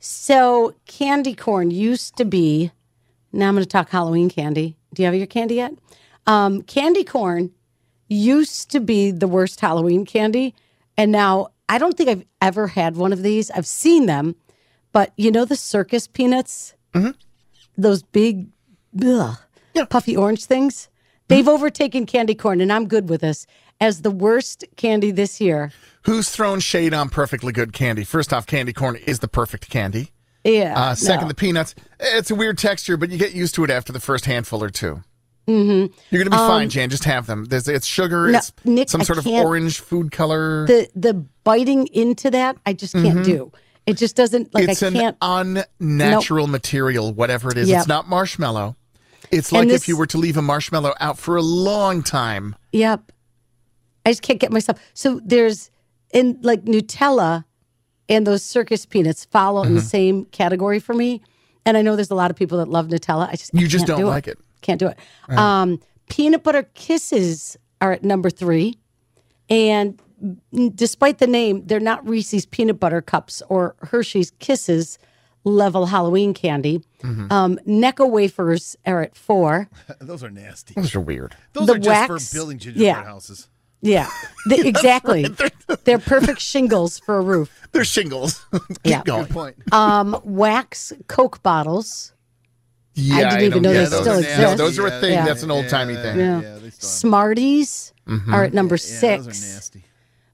So candy corn used to be. Now I'm going to talk Halloween candy. Do you have your candy yet? Um, candy corn used to be the worst Halloween candy, and now I don't think I've ever had one of these. I've seen them, but you know the circus peanuts, Mm-hmm. those big, ugh, puffy orange things. Mm-hmm. They've overtaken candy corn, and I'm good with this as the worst candy this year. Who's thrown shade on perfectly good candy? First off, candy corn is the perfect candy. Yeah. Uh, second, no. the peanuts. Eh, It's a weird texture, but you get used to it after the first handful or 2 Mm-hmm. You're gonna be fine, Jan. Just have them. There's, it's sugar. Um, No, it's Nick, some I sort of can't- orange food color. the the biting into that I just can't do. It just doesn't like Mm-hmm. it's I can't. an unnatural material, whatever it is. Yep. It's not marshmallow. It's And like this- if you were to leave a marshmallow out for a long time. yep, I just can't get myself. So there's in like Nutella and those circus peanuts follow in the Mm-hmm. same category for me. And I know there's a lot of people that love Nutella. I just I You just can't don't do like it. Can't do it. Um, peanut butter kisses are at number three, and n- despite the name, they're not Reese's peanut butter cups or Hershey's Kisses level Halloween candy. Um, Necco wafers are at four. Those are nasty. Those are weird. Those The are wax? just for building gingerbread Yeah. houses. Yeah, The- exactly. They're perfect shingles for a roof. They're shingles. Keep Yeah. going. Good point. Um, wax Coke bottles, Yeah, didn't even don't know they get those. still No, exist. those are a thing. Yeah. That's an old timey thing. Yeah. they still Smarties are at number yeah, six. Those are nasty.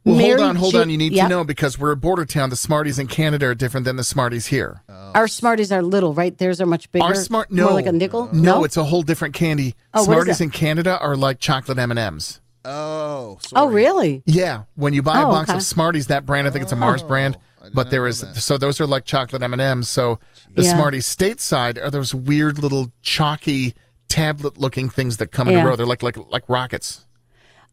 Well, hold Mary on, hold Ju- on. You need Yep. to know because we're a border town. The Smarties in Canada are different than the Smarties here. Our Smarties are little, right? Theirs are much bigger. Our smart no, Uh, more like a nickel. No, it's a whole different candy. Oh, what is Smarties that? in Canada are like chocolate M and M's. Oh, sorry. oh really? Yeah, when you buy Oh, a box okay. Oh, of Smarties, that brand I think it's a Mars brand, but there is so those are like chocolate M and M's. So the Yeah. Smarties stateside are those weird little chalky tablet looking things that come in Yeah. a row. They're like like like rockets.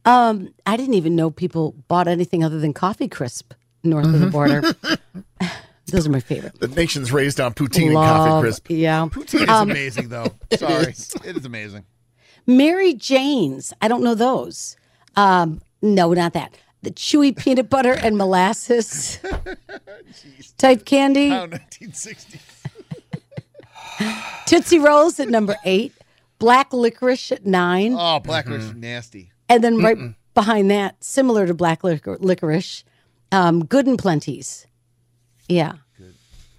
Um, I didn't even know people bought anything other than coffee crisp north of the Mm-hmm. border. Those are my favorite. The nation's raised on poutine and Love- coffee crisp. Yeah. Poutine is Um, amazing, though. Sorry, it is amazing. Mary Jane's. I don't know those. Um, no, not that. The chewy peanut butter and molasses type candy. Oh, 1960. Tootsie Rolls at number eight. Black licorice at nine. Oh, black Mm-hmm. licorice, nasty. And then right behind that, similar to black licor- licorice, um, good and plenties. Yeah.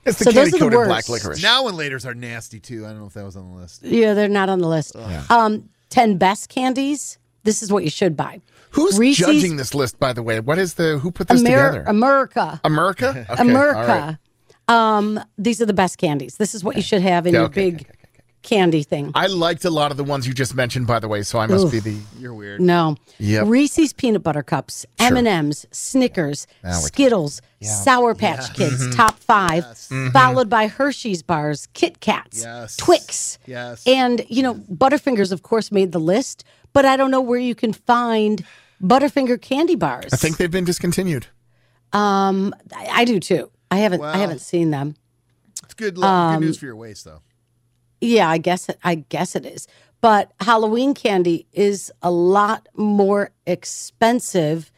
It's the So those are candy the coated black worst. licorice. Now and later's are nasty too. I don't know if that was on the list. Yeah, they're not on the list. Um, 10 best candies. This is what you should buy. Who's Reese's- judging this list, by the way? What is the who put this Amer- together? America. America. Okay, all right. America. Um, these are the best candies. This is what you should have in your okay, big candy thing. I liked a lot of the ones you just mentioned, by the way. So I must be the You're weird. No. Yep. Reese's peanut butter cups, M&M's, Snickers, Skittles, Sour Patch Kids, top 5, followed by Hershey's bars, Kit Kats, Yes. Twix. Yes. And you know, Butterfingers of course made the list, but I don't know where you can find Butterfinger candy bars. I think they've been discontinued. um I, I do too. I haven't I Well- haven't seen them. It's good, lu- good um, news for your waist, though. Yeah, I guess it, I guess it is. But Halloween candy is a lot more expensive